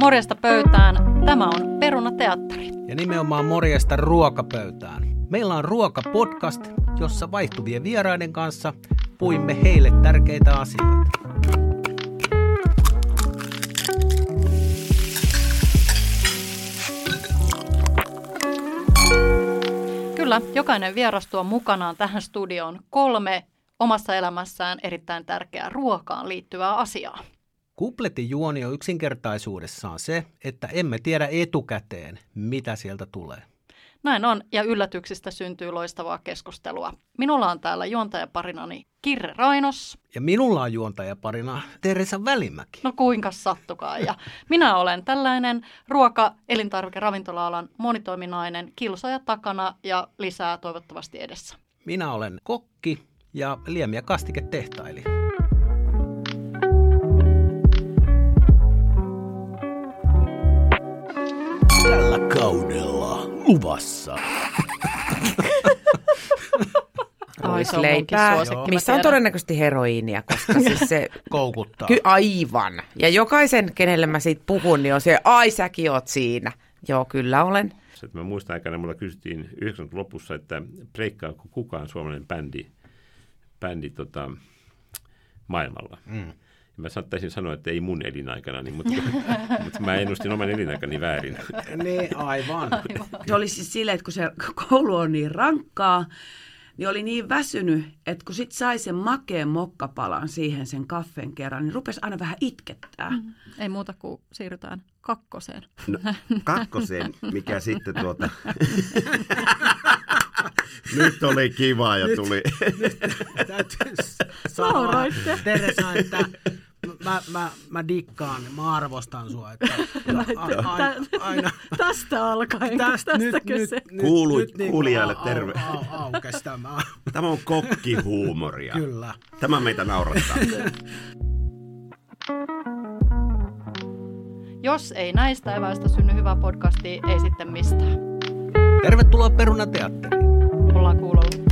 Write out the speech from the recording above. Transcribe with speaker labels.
Speaker 1: Morjesta pöytään. Tämä on Perunateatteri.
Speaker 2: Ja nimenomaan morjesta ruokapöytään. Meillä on ruokapodcast, jossa vaihtuvien vieraiden kanssa puimme heille tärkeitä asioita.
Speaker 1: Kyllä, jokainen vieras tuo mukanaan tähän studioon kolme omassa elämässään erittäin tärkeää ruokaan liittyvää asiaa.
Speaker 2: Kupletin juoni on yksinkertaisuudessaan se, että emme tiedä etukäteen, mitä sieltä tulee.
Speaker 1: Näin on, ja yllätyksistä syntyy loistavaa keskustelua. Minulla on täällä juontajaparinani Kirre Rainos.
Speaker 2: Ja minulla on juontajaparina Teresa Välimäki.
Speaker 1: No kuinka sattukaan. Ja minä olen tällainen ruoka-, elintarvike-, ravintola-alan monitoiminainen kilsoja takana ja lisää toivottavasti edessä.
Speaker 2: Minä olen kokki ja liemiä kastiketehtailija. Tällä kaudella luvassa.
Speaker 1: munkin
Speaker 3: Ruisleipää,
Speaker 1: suosikki, mä
Speaker 3: missä on
Speaker 1: tiedän.
Speaker 3: todennäköisesti heroiinia, koska siis se...
Speaker 2: Koukuttaa.
Speaker 3: Ky- aivan. Ja jokaisen, kenelle mä siitä puhun, niin on se, ai säkin oot siinä. Joo, kyllä olen.
Speaker 4: Sitten mä muistan aikana, mulla kysyttiin 90 lopussa, että breikkaako kukaan suomalainen bändi, bändi tota, maailmalla. Mm. Mä saattaisin sanoa, että ei mun elinaikana, niin, mutta, mutta mä ennustin oman elinaikani väärin.
Speaker 2: niin, aivan.
Speaker 5: Se oli siis silleen, että kun se koulu on niin rankkaa, niin oli niin väsynyt, että kun sit sai sen makeen mokkapalan siihen sen kaffen kerran, niin rupesi aina vähän itkettää. Mm.
Speaker 1: Ei muuta kuin siirrytään kakkoseen.
Speaker 6: No, kakkoseen, mikä sitten tuota... Nyt oli kiva ja tuli.
Speaker 2: täytyy s- sanoa Teresa, että mä, mä, mä dikkaan, mä arvostan sua. Että a, a, aina, aina,
Speaker 1: Tästä alkaen.
Speaker 2: tästä nyt, nyt, nyt,
Speaker 6: Kuului
Speaker 2: nyt niin
Speaker 6: kuulijalle
Speaker 2: au-
Speaker 6: terve.
Speaker 2: Au, au, aukes tämä,
Speaker 6: Tämä on kokkihuumoria.
Speaker 2: kyllä.
Speaker 6: Tämä meitä naurattaa.
Speaker 1: Jos ei näistä eväistä synny hyvää podcastia, ei sitten mistään.
Speaker 2: Tervetuloa Perunateatteriin.
Speaker 1: Ollaan kuulolla.